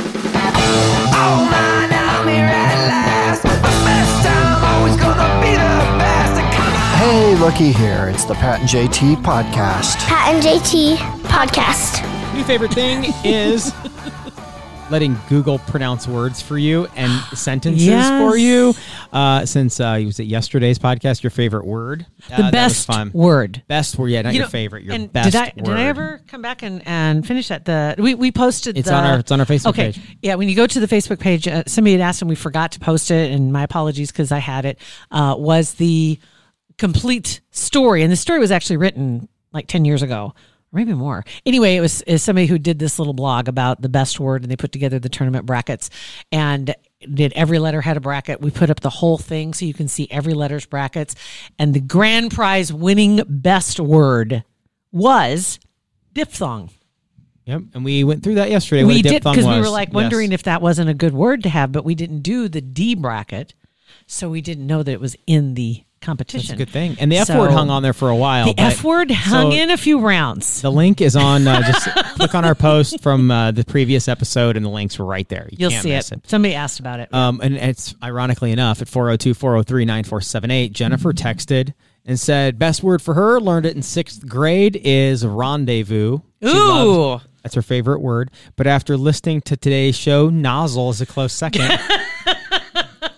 Oh man, I'm here at last. The best time, always gonna be the best. Come on. Hey, looky here. It's the Pat and JT podcast. Pat and JT podcast. New favorite thing is letting Google pronounce words for you and sentences Yes. for you. Uh, since uh, was it yesterday's podcast? Your favorite word? Uh, the that was best fun. word. Best word, yeah, not You your know, favorite. Your and best Did I word. did I ever come back and, and finish that? The we, we posted. It's the- on our- it's on our Facebook okay. page. Yeah, when you go to the Facebook page, uh, somebody had asked and we forgot to post it, and my apologies because I had it. Uh, was the complete story, and the story was actually written like ten years ago. or Maybe more. Anyway, it was is somebody who did this little blog about the best word, and they put together the tournament brackets, and did every letter had a bracket. We put up the whole thing so you can see every letter's brackets, and the grand prize winning best word was diphthong. Yep. And we went through that yesterday. what We a did diphthong because we were was. like Yes. wondering if that wasn't a good word to have, but we didn't do the D bracket, so we didn't know that it was in the That's a competition. good thing. And the F So- word hung on there for a while. The but- F word hung so in a few rounds. The link is on. Uh, just click on our post from uh, the previous episode, and the links were right there. You You'll can't see miss it. Somebody asked about it. Um, and it's ironically enough at 402 403 9478, Jennifer texted and said, Best word for her, learned it in sixth grade, is rendezvous. She loves- Ooh. that's her favorite word. But after listening to today's show, nozzle is a close second.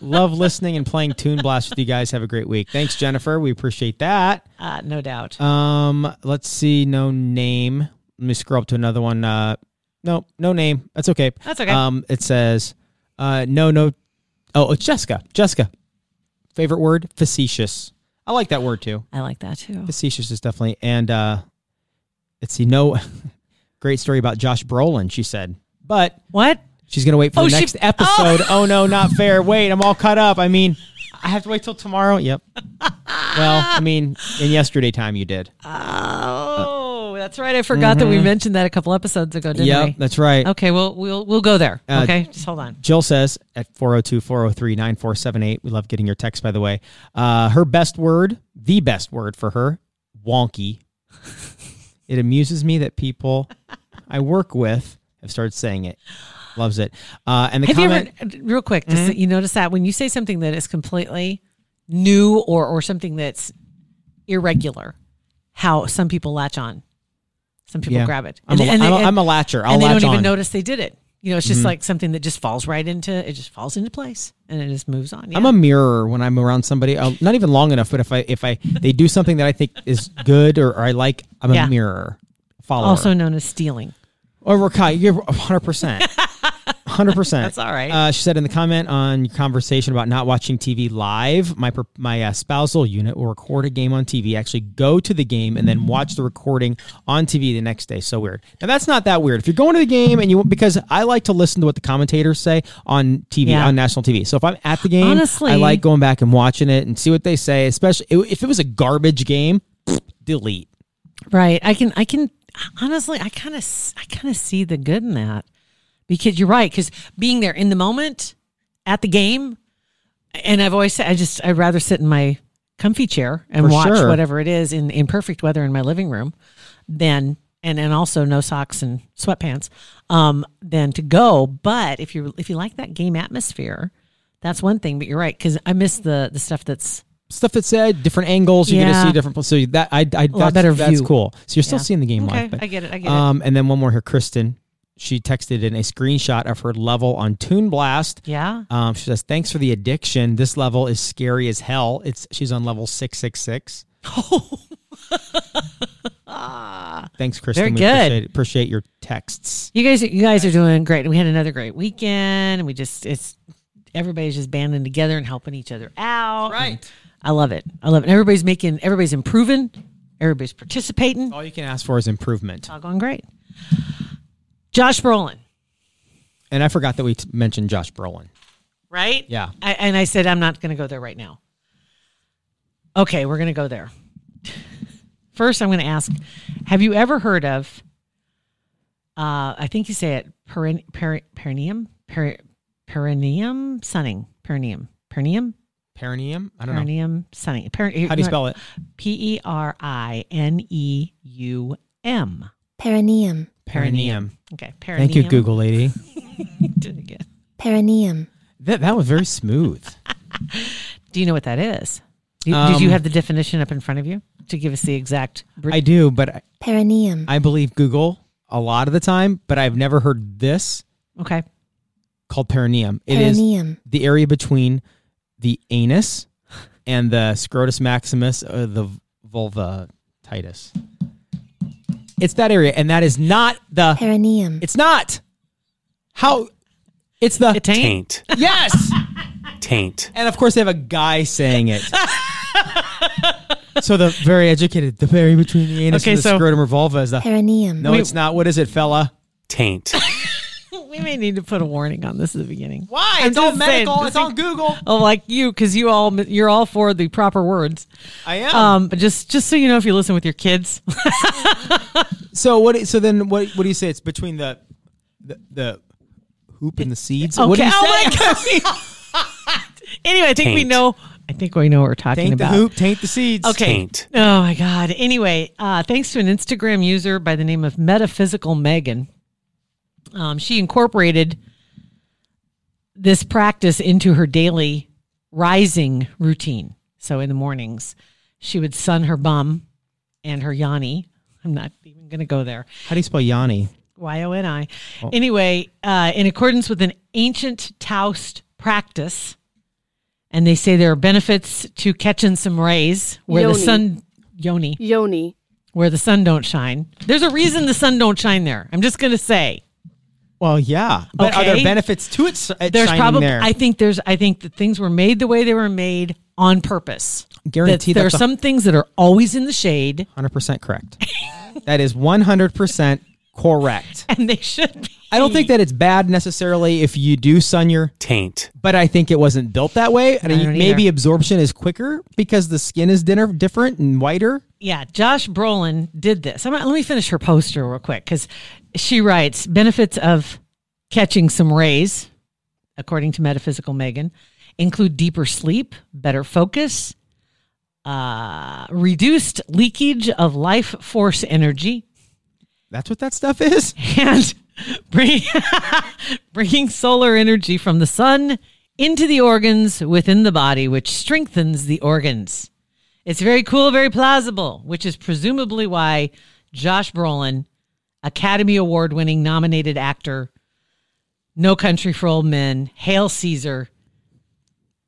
Love listening and playing Tune Blast with you guys. Have a great week. Thanks, Jennifer. We appreciate that. uh, no doubt. Um, let's see. No name. Let me scroll up to another one. Uh, no, no name. That's okay. That's okay. Um, it says, uh, no, no. Oh, it's Jessica. Jessica. Favorite word? Facetious. I like that word too. I like that too. Facetious is definitely. And uh, let's see. No, great story about Josh Brolin. She said, but What? she's gonna wait for Oh, the she- next episode. Oh. no, not fair. Wait, I'm all caught up. I mean, I have to wait till tomorrow. Yep. well, I mean, in yesterday time you did. Uh, Oh, that's right. I forgot that we mentioned that a couple episodes ago, didn't Mm-hmm. Yep, we? that's right. Okay, well, we'll we'll go there. Uh, okay, just hold on. Jill says at 402 403 9478. We love getting your text, by the way. Uh, her best word, the best word for her, wonky. it amuses me that people I work with have started saying it. Loves it. Uh, and the Have comment. Mm-hmm. you ever, real quick, just that you notice that when you say something that is completely new or or something that's irregular, how some people latch on, some people Yeah. grab it. I'm a- I'm a- I'm a latcher. I'll and they latch don't even on. Mm-hmm. notice they did it. You know, it's just like something that just falls right into it. Just falls into place and it just moves on. Yeah. I'm a mirror when I'm around somebody. i not even long enough, but if I if I they do something that I think is good or, or I like, I'm Yeah. a mirror follower. also known as stealing. Or Rakai, you're 100%. 100%. That's all right. Uh, she said in the comment on your conversation about not watching TV live, my per- my uh, spousal unit will record a game on TV, actually go to the game and Mm-hmm. then watch the recording on TV the next day. So weird. Now that's not that weird. If you're going to the game and you because I like to listen to what the commentators say on TV Yeah. on national TV. So if I'm at the game, Honestly. I like going back and watching it and see what they say, especially if it was a garbage game, delete. Right. I can, I can, honestly, I kind of, I kind of see the good in that because you're right. Because being there in the moment at the game, and I've always said, I just, I'd rather sit in my comfy chair and For watch sure. whatever it is in, in perfect weather in my living room than, and, and also no socks and sweatpants, um, than to go. But if you, if you like that game atmosphere, that's one thing, but you're right. Cause I miss the, the stuff that's, stuff that's said, different angles. You're Yeah. gonna see different. pla- So that I, I that's, better that's view. cool. So you're still Yeah. seeing the game Okay, live. But, I get it, I get it. um, And then one more here, Kristen. She texted in a screenshot of her level on Toon Blast. yeah. Um, she says, "Thanks for the addiction. This level is scary as hell. It's she's on level six six six. Thanks, Kristen. Very We good. Appreciate, appreciate your texts. You guys, you guys are doing great. We had another great weekend. and We just, it's everybody's just banding together and helping each other out. Right. I love it. I love it. And everybody's making, everybody's improving. Everybody's participating. Oh, Uh, All you can ask for is improvement. All going great. Josh Brolin. And I forgot that we t- mentioned Josh Brolin. right? Yeah. I, and I said, I'm not going to go there right now. Okay, we're going to go there. First, I'm going to ask Have you ever heard of, uh, I think you say it, perin, per, perineum? Per, perineum sunning. Perineum. Perineum? Perineum? I don't know. Perineum sunning. Per, How do you spell it? P E R I N E U M. perineum, Perineum. Okay. Perineum. Thank you, Google lady. Did it again. perineum. That, that was very smooth. Do you know what that is? Did, did Um, you have the definition up in front of you to give us the exact? Brit- I do, but I, Perineum. I believe Google a lot of the time, but I've never heard this okay. called perineum. It is Perineum. the area between the anus and the scrotus maximus or the vulva titus. It's that area, and that is not the. Perineum. It's not how. It's the It ain't. Taint. yes, Taint. and of course they have a guy saying it. so the very educated, the area between the anus Okay, and the so- scrotum or vulva is the. Perineum. No, it's not. What is it, fella? Taint. We may need to put a warning on this at the beginning. Why? I'm it's all just saying, medical. this it's on thing- Google. Oh, like you, because you all you're all for the proper words. I am. Um, but just just so you know, if you listen with your kids, So what? So then, what? What do you say? It's between the the, the hoop and the seeds. What do you Okay. say? Oh anyway, I think we Taint. know. I think we know what we're talking taint the about. hoop, taint the seeds. Okay. Taint. Oh my God. Anyway, uh, thanks to an Instagram user by the name of Metaphysical Megan, um, she incorporated this practice into her daily rising routine. So in the mornings, she would sun her bum and her yanni. I'm not even going to go there. How do you spell Yanni? Y O N I. Oh. Anyway, uh, in accordance with an ancient Taoist practice, and they say there are benefits to catching some rays where the Yoni. sun yoni Yoni. where the sun don't shine. There's a reason the sun don't shine there. I'm just gonna say Well, yeah, but are there Okay. benefits to it? s- it there's shining probably there. I think there's I think that things were made the way they were made on purpose. Guaranteed That there are that's a- some things that are always in the shade, Hundred percent correct. that is one hundred percent correct. and they should be. I don't think that it's bad necessarily if you do sun your, Taint. but I think it wasn't built that way. And I don't maybe either. absorption is quicker because the skin is dinner, different and whiter. Yeah, Josh Brolin did this. I'm, let me finish her poster real quick because she writes benefits of catching some rays, according to Metaphysical Megan, include deeper sleep, better focus, uh, reduced leakage of life force energy, That's what that stuff is. and bring, bringing solar energy from the sun into the organs within the body, which strengthens the organs. It's very cool, very plausible, which is presumably why Josh Brolin, Academy Award winning nominated actor, No Country for Old Men, Hail Caesar,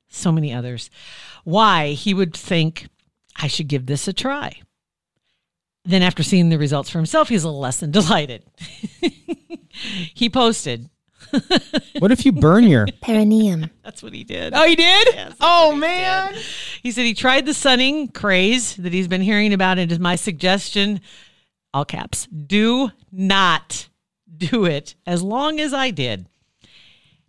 so many others, why he would think, I should give this a try. Then, after seeing the results for himself, he's a little less than delighted. he posted, What if you burn your? Perineum. That's what he did. Oh, you did? oh man. He said he tried the sunning craze that he's been hearing about. And is my suggestion, all caps, do not do it as long as I did.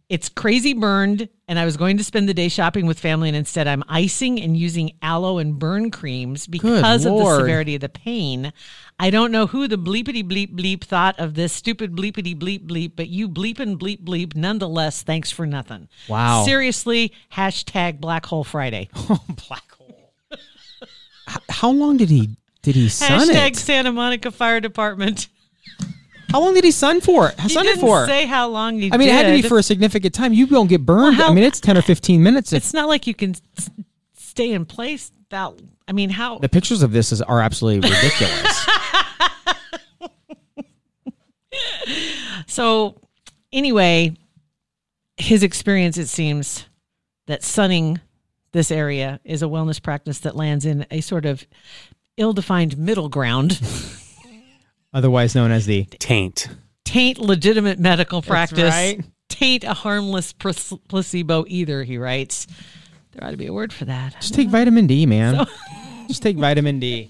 It's crazy burned, and I was going to spend the day shopping with family, and instead I'm icing and using aloe and burn creams because of the Lord. severity of the pain. I don't know who the bleepity bleep bleep thought of this stupid bleepity bleep bleep, but you bleep and bleep bleep nonetheless. Thanks for nothing. Wow. Oh, Seriously, hashtag Black Hole Friday. black hole. How long did he did he sun Hashtag it? Santa Monica Fire Department. How long did he sun for? He sun it didn't for? say how long he I mean, it had to be did. for a significant time. You don't get burned. Well, how- I mean, it's ten or fifteen minutes. If It's not like you can s- stay in place that. I mean, how? the pictures of this is, are absolutely ridiculous. So, anyway, his experience, it seems, that sunning this area is a wellness practice that lands in a sort of ill defined middle ground. Otherwise known as the Taint. taint legitimate medical practice. right. Taint a harmless pres- placebo either, he writes. There ought to be a word for that. just take vitamin D, man. Just take vitamin D.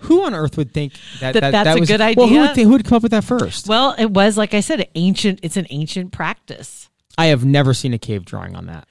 Who on earth would think that, That that, that's a was, good Well, who idea? would, think, who would come up with that first? Well, it was like I said, an ancient. It's an ancient practice. I have never seen a cave drawing on that.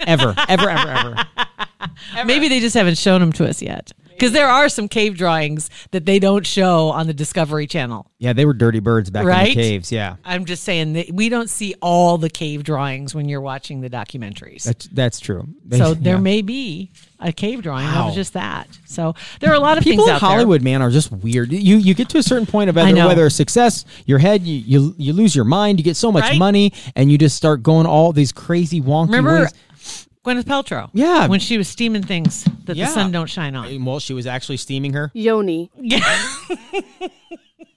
ever, ever, ever, ever. Maybe they just haven't shown them to us yet, because there are some cave drawings that they don't show on the Discovery Channel. Yeah, they were dirty birds back in Right? the caves. Yeah. I'm just saying that we don't see all the cave drawings when you're watching the documentaries. That's that's true. They- so there yeah. may be a cave drawing that Wow. was just that. So there are a lot of people things in out Hollywood, man, are just weird. You you get to a certain point of I either know. whether success, your head, you, you you lose your mind, you get so much Right? money, and you just start going all these crazy wonky there. Remember ways. Gwyneth Paltrow? Yeah. when she was steaming things that Yeah. the sun don't shine on. Well, she was actually steaming her. Yoni.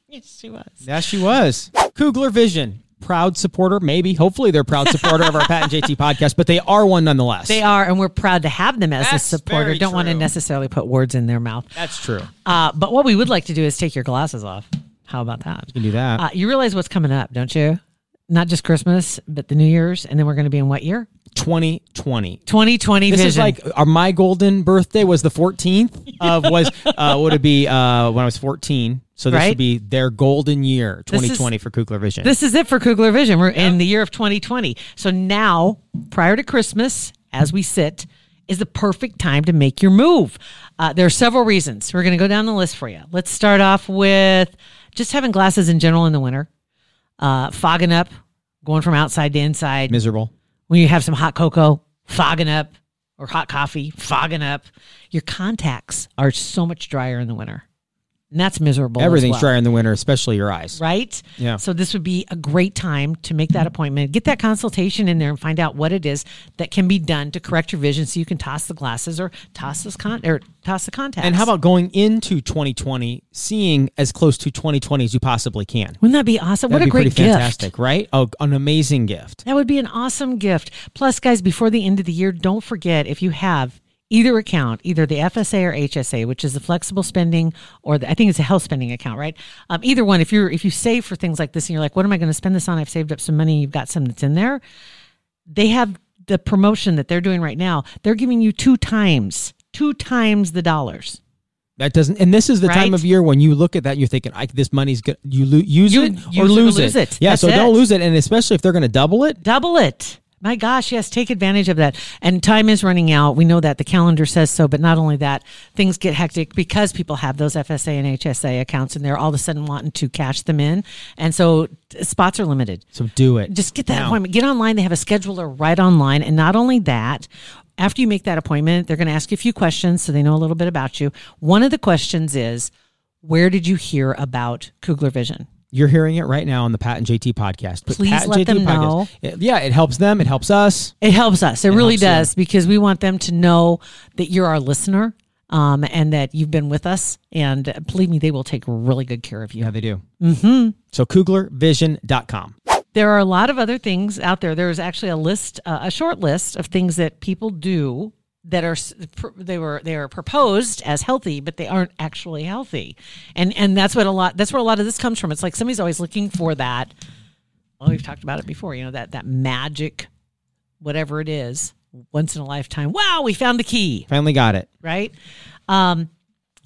Yes, she was. Yeah, she was. Kugler Vision, proud supporter, maybe. Hopefully, they're proud supporter of our Pat and JT podcast, but they are one nonetheless. They are, and we're proud to have them as That's a supporter. very Don't want to true. necessarily put words in their mouth. That's true. You Uh, but what we would like to do is take your glasses off. How about that? can do that. Uh, you realize what's coming up, don't you? Not just Christmas, but the New Year's, and then we're going to be in what year? 2020. 2020 This vision. is like our, my golden birthday was the 14th of was uh, would it be uh, when I was 14. So this Right. would be their golden year, This is- 2020 for Kugler Vision. This is it for Kugler Vision. We're in the year of 2020. So now, prior to Christmas, as we sit, is the perfect time to make your move. Uh, there are several reasons. We're going to go down the list for you. Let's start off with just having glasses in general in the winter, uh, fogging up, going from outside to inside. miserable. When you have some hot cocoa, fogging up, or hot coffee, fogging up. Your contacts are so much drier in the winter. And that's miserable. as Everything's well drier in the winter, especially your eyes. right? Yeah. Mm-hmm. So this would be a great time to make that appointment, get that consultation in there, and find out what it is that can be done to correct your vision, so you can toss the glasses or toss those con or toss the contacts. And how about going into 2020, seeing as close to 2020 as you possibly can? wouldn't that be awesome? what That'd a be great pretty gift! fantastic, right? Oh, an amazing gift. That would be an awesome gift. Plus, guys, before the end of the year, don't forget if you have either account, either the FSA or HSA, which is the flexible spending or the, I think it's a health spending account, right? Um, either one, if you're if you save for things like this and you're like, what am I going to spend this on? I've saved up some money. You've got some that's in there. They have the promotion that they're doing right now. They're giving you two times, two times the dollars. That doesn't, and this is the time Right? of year when you look at that and you're thinking, I, this money's good. You lo- use You it use it or or lose, lose it. Yeah, That's so it. don't lose it. And especially if they're going to double it, double it. My gosh, yes, take advantage of that. And time is running out. We know that the calendar says so, but not only that, things get hectic because people have those FSA and HSA accounts and they're all of a sudden wanting to cash them in. And so t- spots are limited. so do it. Just get that Now. appointment. Get online. They have a scheduler right online. And not only that, after you make that appointment, they're going to ask you a few questions so they know a little bit about you. One of the questions is, where did you hear about Kugler Vision? You're hearing it right now on the Pat and JT podcast. But Please Pat and let JT them podcast- know. It- Yeah, it helps them. It helps us. It helps us. It, really helps, yeah. does because we want them to know that you're our listener um, and that you've been with us. And uh, believe me, they will take really good care of you. Yeah, they do. Mm-hmm. So KuglerVision.com. There are a lot of other things out there. There's actually a list, uh, a short list of things that people do that are s- pr- they were they are proposed as healthy but they aren't actually healthy and and that's what a lot that's where a lot of this comes from it's like somebody's always looking for that well we've talked about it before you know that that magic whatever it is once in a lifetime wow we found the key Finally got it. right? Um,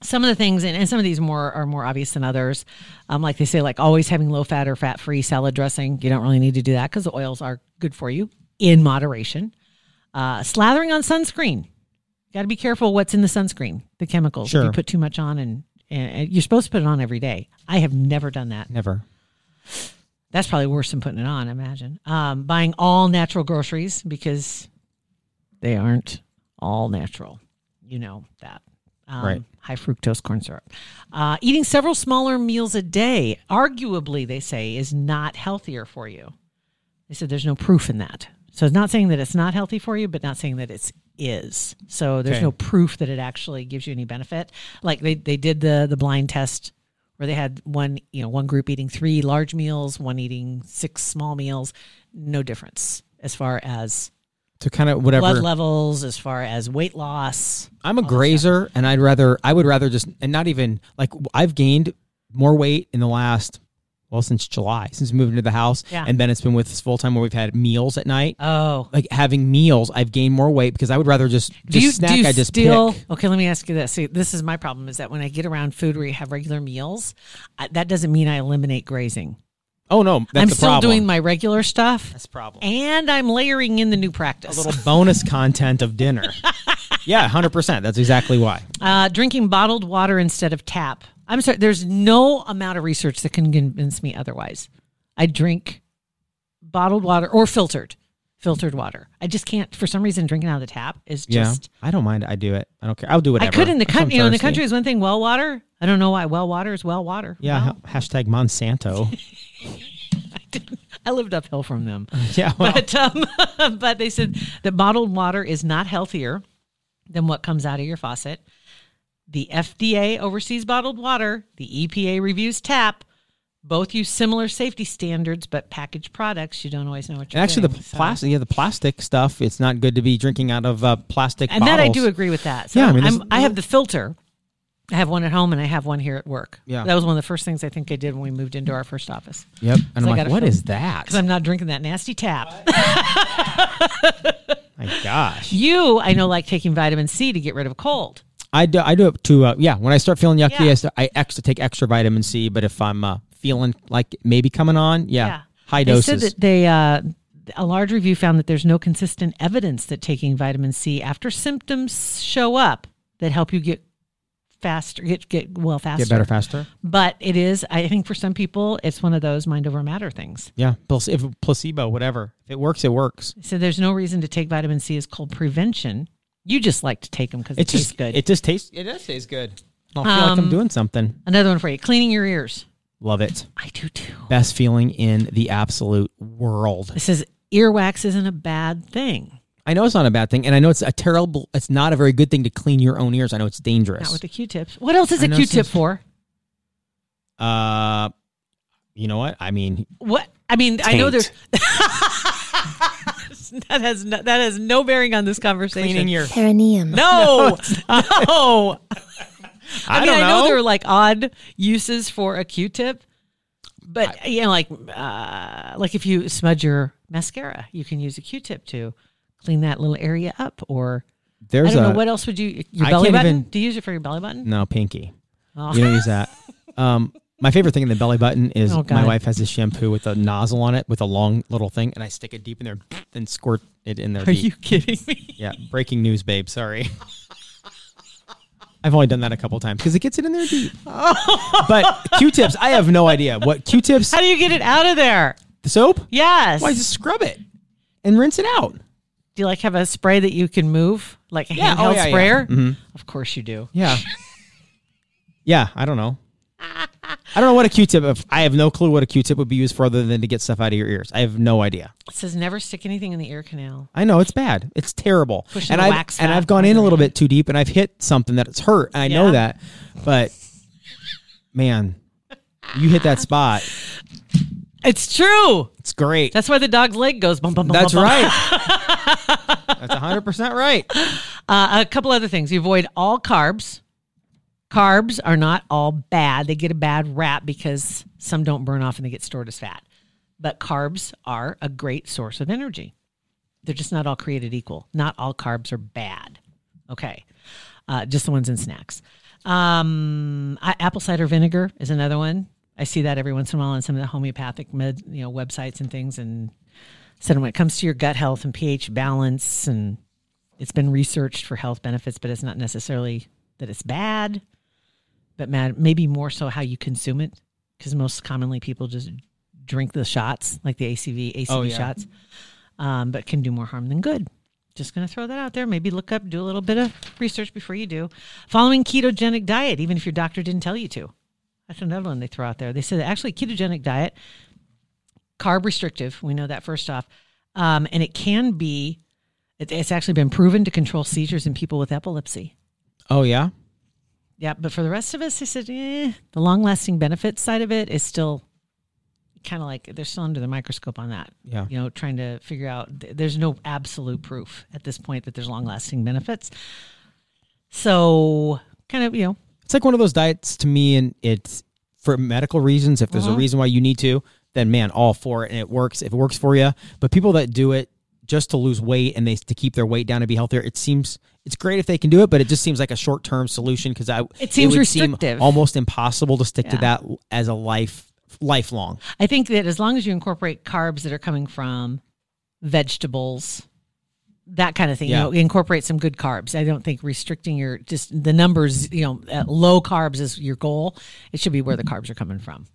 some of the things, and, and some of these more are more obvious than others. Um, like they say, like always having low fat or fat free salad dressing. You don't really need to do that because the oils are good for you in moderation. Uh, slathering on sunscreen. Got to be careful what's in the sunscreen, the chemicals. If Sure. you put too much on, and, and you're supposed to put it on every day. I have never done that. Never. That's probably worse than putting it on, I imagine. Um, buying all natural groceries because they aren't all natural. You know that. Um, Right. High fructose corn syrup. Uh, eating several smaller meals a day, arguably, they say, is not healthier for you. They said there's no proof in that. So it's not saying that it's not healthy for you, but not saying that it's is. So there's Okay. no proof that it actually gives you any benefit. Like they, they did the the blind test where they had one, you know, one group eating three large meals, one eating six small meals. No difference as far as To kind of whatever. blood levels, as far as weight loss. I'm a grazer, and I'd rather I would rather just and not even like I've gained more weight in the last well since July since we moved into the house, Yeah. and then it's been with us full time where we've had meals at night. Oh. like having meals, I've gained more weight because I would rather just, Do just you, snack. do you I just still pick. okay? Let me ask you this. See, this is my problem: is that when I get around food where you have regular meals, I, that doesn't mean I eliminate grazing. Oh no, that's I'm the still problem. doing my regular stuff, that's the problem. and I'm layering in the new practice. little bonus content of dinner. yeah, hundred percent. That's exactly why. Uh, drinking bottled water instead of tap. I'm sorry, there's no amount of research that can convince me otherwise. I drink bottled water or filtered, filtered water. I just can't, for some reason, drinking out of the tap is just. yeah, I don't mind. I do it. I don't care. I'll do whatever. I could in the If I'm country. You know, in the thirsty. country is one thing. Well water. I don't know why. Well water is well water. Yeah, Well, ha- hashtag Monsanto. I lived uphill from them. yeah, well, but um, but they said that bottled water is not healthier than what comes out of your faucet. The FDA oversees bottled water. The EPA reviews tap. Both use similar safety standards, but packaged products you don't always know what and you're. actually, the getting, so- plastic. Yeah, the plastic stuff. It's not good to be drinking out of uh, plastic. and bottles. that I do agree with that. So Yeah, I I mean, am this- I have the filter. I have one at home and I have one here at work. Yeah. that was one of the first things I think I did when we moved into our first office Yep. And So I I'm like, gotta what fill- is that? because I'm not drinking that nasty tap. My gosh. you, I know, like taking vitamin C to get rid of a cold. I do. I do it to. Uh, yeah. When I start feeling yucky, Yeah. I, start, I extra take extra vitamin C. But if I'm uh, feeling like maybe coming on, yeah, high doses. They said that they uh, a large review found that there's no consistent evidence that taking vitamin C after symptoms show up that help you get faster get get well faster. Get better faster. But it is, I think, for some people, it's one of those mind over matter things. Yeah. Plus, if placebo, whatever. If it works, it works. So there's no reason to take vitamin C as cold prevention. You just like to take them because it It tastes just good. Um, It just tastes. It does taste good. I feel like I'm doing something. Another one for you: cleaning your ears. Love it. I do too. Best feeling in the absolute world. It says earwax isn't a bad thing. I know it's not a bad thing, and I know it's a terrible. It's not a very good thing to clean your own ears. I know it's dangerous. Not with the Q-tips. What else is I a know Q-tip some- for? uh, you know what? I mean, What I mean, I know there's Taint. that has no, that has no bearing on this conversation. your. perineum, no, I, no. I mean, don't I know. know. there are like odd uses for a Q-tip, but you know, like uh, like if you smudge your mascara, you can use a Q-tip to clean that little area up. Or There's I don't a know what else would you your I belly can't button? even- Do you use it for your belly button? no pinky. Oh. You don't use that. Um, my favorite thing in the belly button is Oh, my God. wife has a shampoo with a nozzle on it with a long little thing, and I stick it deep in there, then squirt it in there. Are you kidding me? Yeah, breaking news, babe. Sorry. I've only done that a couple times because it gets it in there deep. but Q-tips, I have no idea what Q-tips. How do you get it out of there? The soap? Yes. Why just scrub it and rinse it out? Do you like have a spray that you can move, like a Yeah, oh, handheld yeah, yeah. sprayer? Of course you do. Yeah. yeah, I don't know. I don't know what a Q-tip. If I have no clue what a Q-tip would be used for, other than to get stuff out of your ears. I have no idea. It says never stick anything in the ear canal. I know it's bad. It's terrible. Pushing and the I've wax and fat I've gone in a under little it. bit too deep, and I've hit something that it's hurt. I know Yeah. that, but man, you hit that spot. It's true. It's great. That's why the dog's leg goes bum bum bum. That's bum, bum. right. That's 100% right. Uh, a couple other things. You avoid all carbs. Carbs are not all bad. They get a bad rap because some don't burn off and they get stored as fat. But carbs are a great source of energy. They're just not all created equal. Not all carbs are bad. Okay. Uh, just the ones in snacks. Um, I, apple cider vinegar is another one. I see that every once in a while on some of the homeopathic med, you know, websites and things. And said when it comes to your gut health and pH balance and it's been researched for health benefits, but it's not necessarily that it's bad, but mad, maybe more so how you consume it. Because most commonly people just drink the shots, like the ACV, ACV Oh, yeah. shots, um, but can do more harm than good. Just going to throw that out there. Maybe look up, do a little bit of research before you do. Following ketogenic diet, even if your doctor didn't tell you to. That's another one they throw out there. They said actually ketogenic diet, carb restrictive. We know that first off, um, and it can be. It, it's actually been proven to control seizures in people with epilepsy. Oh, yeah? Yeah, but for the rest of us, they said eh, the long-lasting benefits side of it is still kind of like they're still under the microscope on that. Yeah. you know, trying to figure out. th- There's no absolute proof at this point that there's long-lasting benefits. So, kind of, you know, It's like one of those diets to me, and it's for medical reasons, if Uh-huh. there's a reason why you need to, then man, all for it, and it works. If it works for you, but people that do it just to lose weight and they to keep their weight down and be healthier, it seems it's great if they can do it, but it just seems like a short term solution because I It seems would seem restrictive. almost impossible to stick to Yeah. that as a life lifelong. I think that as long as you incorporate carbs that are coming from vegetables, that kind of thing, Yeah. you know, incorporate some good carbs. I don't think restricting your just the numbers, you know, at low carbs is your goal. It should be where the carbs are coming from.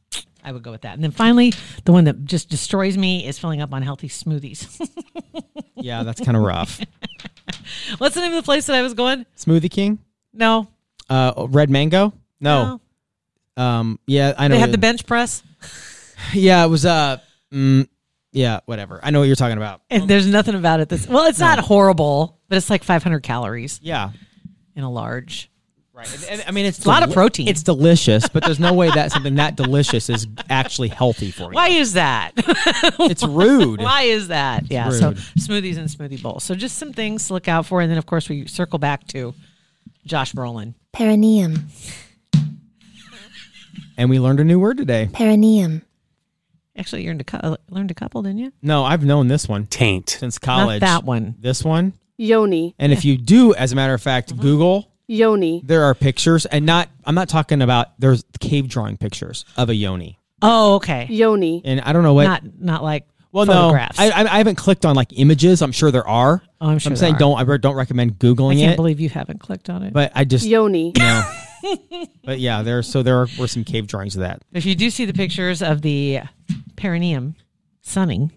I would go with that. And then finally, the one that just destroys me is filling up on healthy smoothies. Yeah, that's kind of rough. What's the name of the place that I was going? Smoothie King, No. uh, red mango. No, um, yeah, I know. They had the best. bench press. Yeah, it was. Uh, mm, yeah, whatever. I know what you're talking about. And there's nothing about it that's well, it's not horrible, but it's like 500 calories Yeah, in a large. right. And, and, I mean, it's a lot of deli- protein. It's delicious, but there's no way that something that delicious is actually healthy for you. Why is that? It's rude. Why is that? yeah. So rude. smoothies and smoothie bowls. So just some things to look out for, and then of course we circle back to Josh Brolin. perineum, And we learned a new word today. perineum, Actually, you learned a cou- uh, learned a couple, didn't you? No, I've known this one taint, since college. Not that one. This one. Yoni, And if you do, as a matter of fact, Mm-hmm. Google. Yoni, There are pictures, and not. I'm not talking about. There's cave drawing pictures of a yoni, Oh, okay. Yoni, and I don't know what. Not not like well, no, I, photographs. I, I haven't clicked on like images. I'm sure there are. Oh, I'm sure I'm there saying are. don't. I don't recommend googling I can't it. believe you haven't clicked on it. but I just Yoni, No. but yeah, there. So there were some cave drawings of that. if you do see the pictures of the perineum sunning,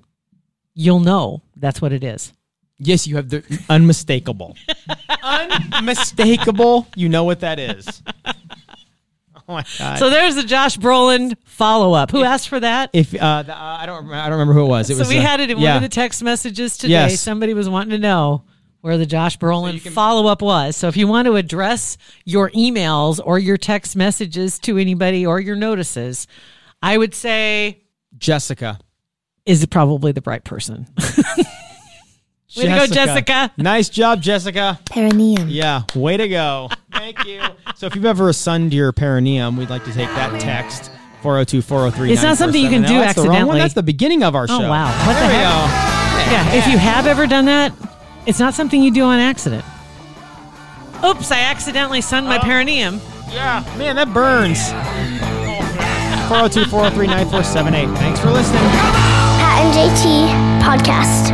you'll know that's what it is. Yes, you have the unmistakable, unmistakable. You know what that is. Oh my god. So there's the Josh Brolin follow up. Who asked for that? if uh, the, uh, I don't, remember, I don't remember who it was. It so was. we uh, had it in yeah. one of the text messages today. Yes. Somebody was wanting to know where the Josh Brolin follow up was. So if you want to address your emails or your text messages to anybody or your notices, I would say Jessica. is probably the right person. Way to go, Jessica. Nice job, Jessica. perineum. Yeah, way to go. Thank you. So if you've ever sunned your perineum, we'd like to take Oh, that text. 402 403 It's not something you can do that's The wrong one. accidentally. That's the beginning of our show. Oh, wow. What the there we heck? go. yeah. If you have ever done that, it's not something you do on accident. Oops, I accidentally sunned my perineum. Yeah, man, that burns. 402 403 9478. Thanks for listening. Pat and JT Podcast,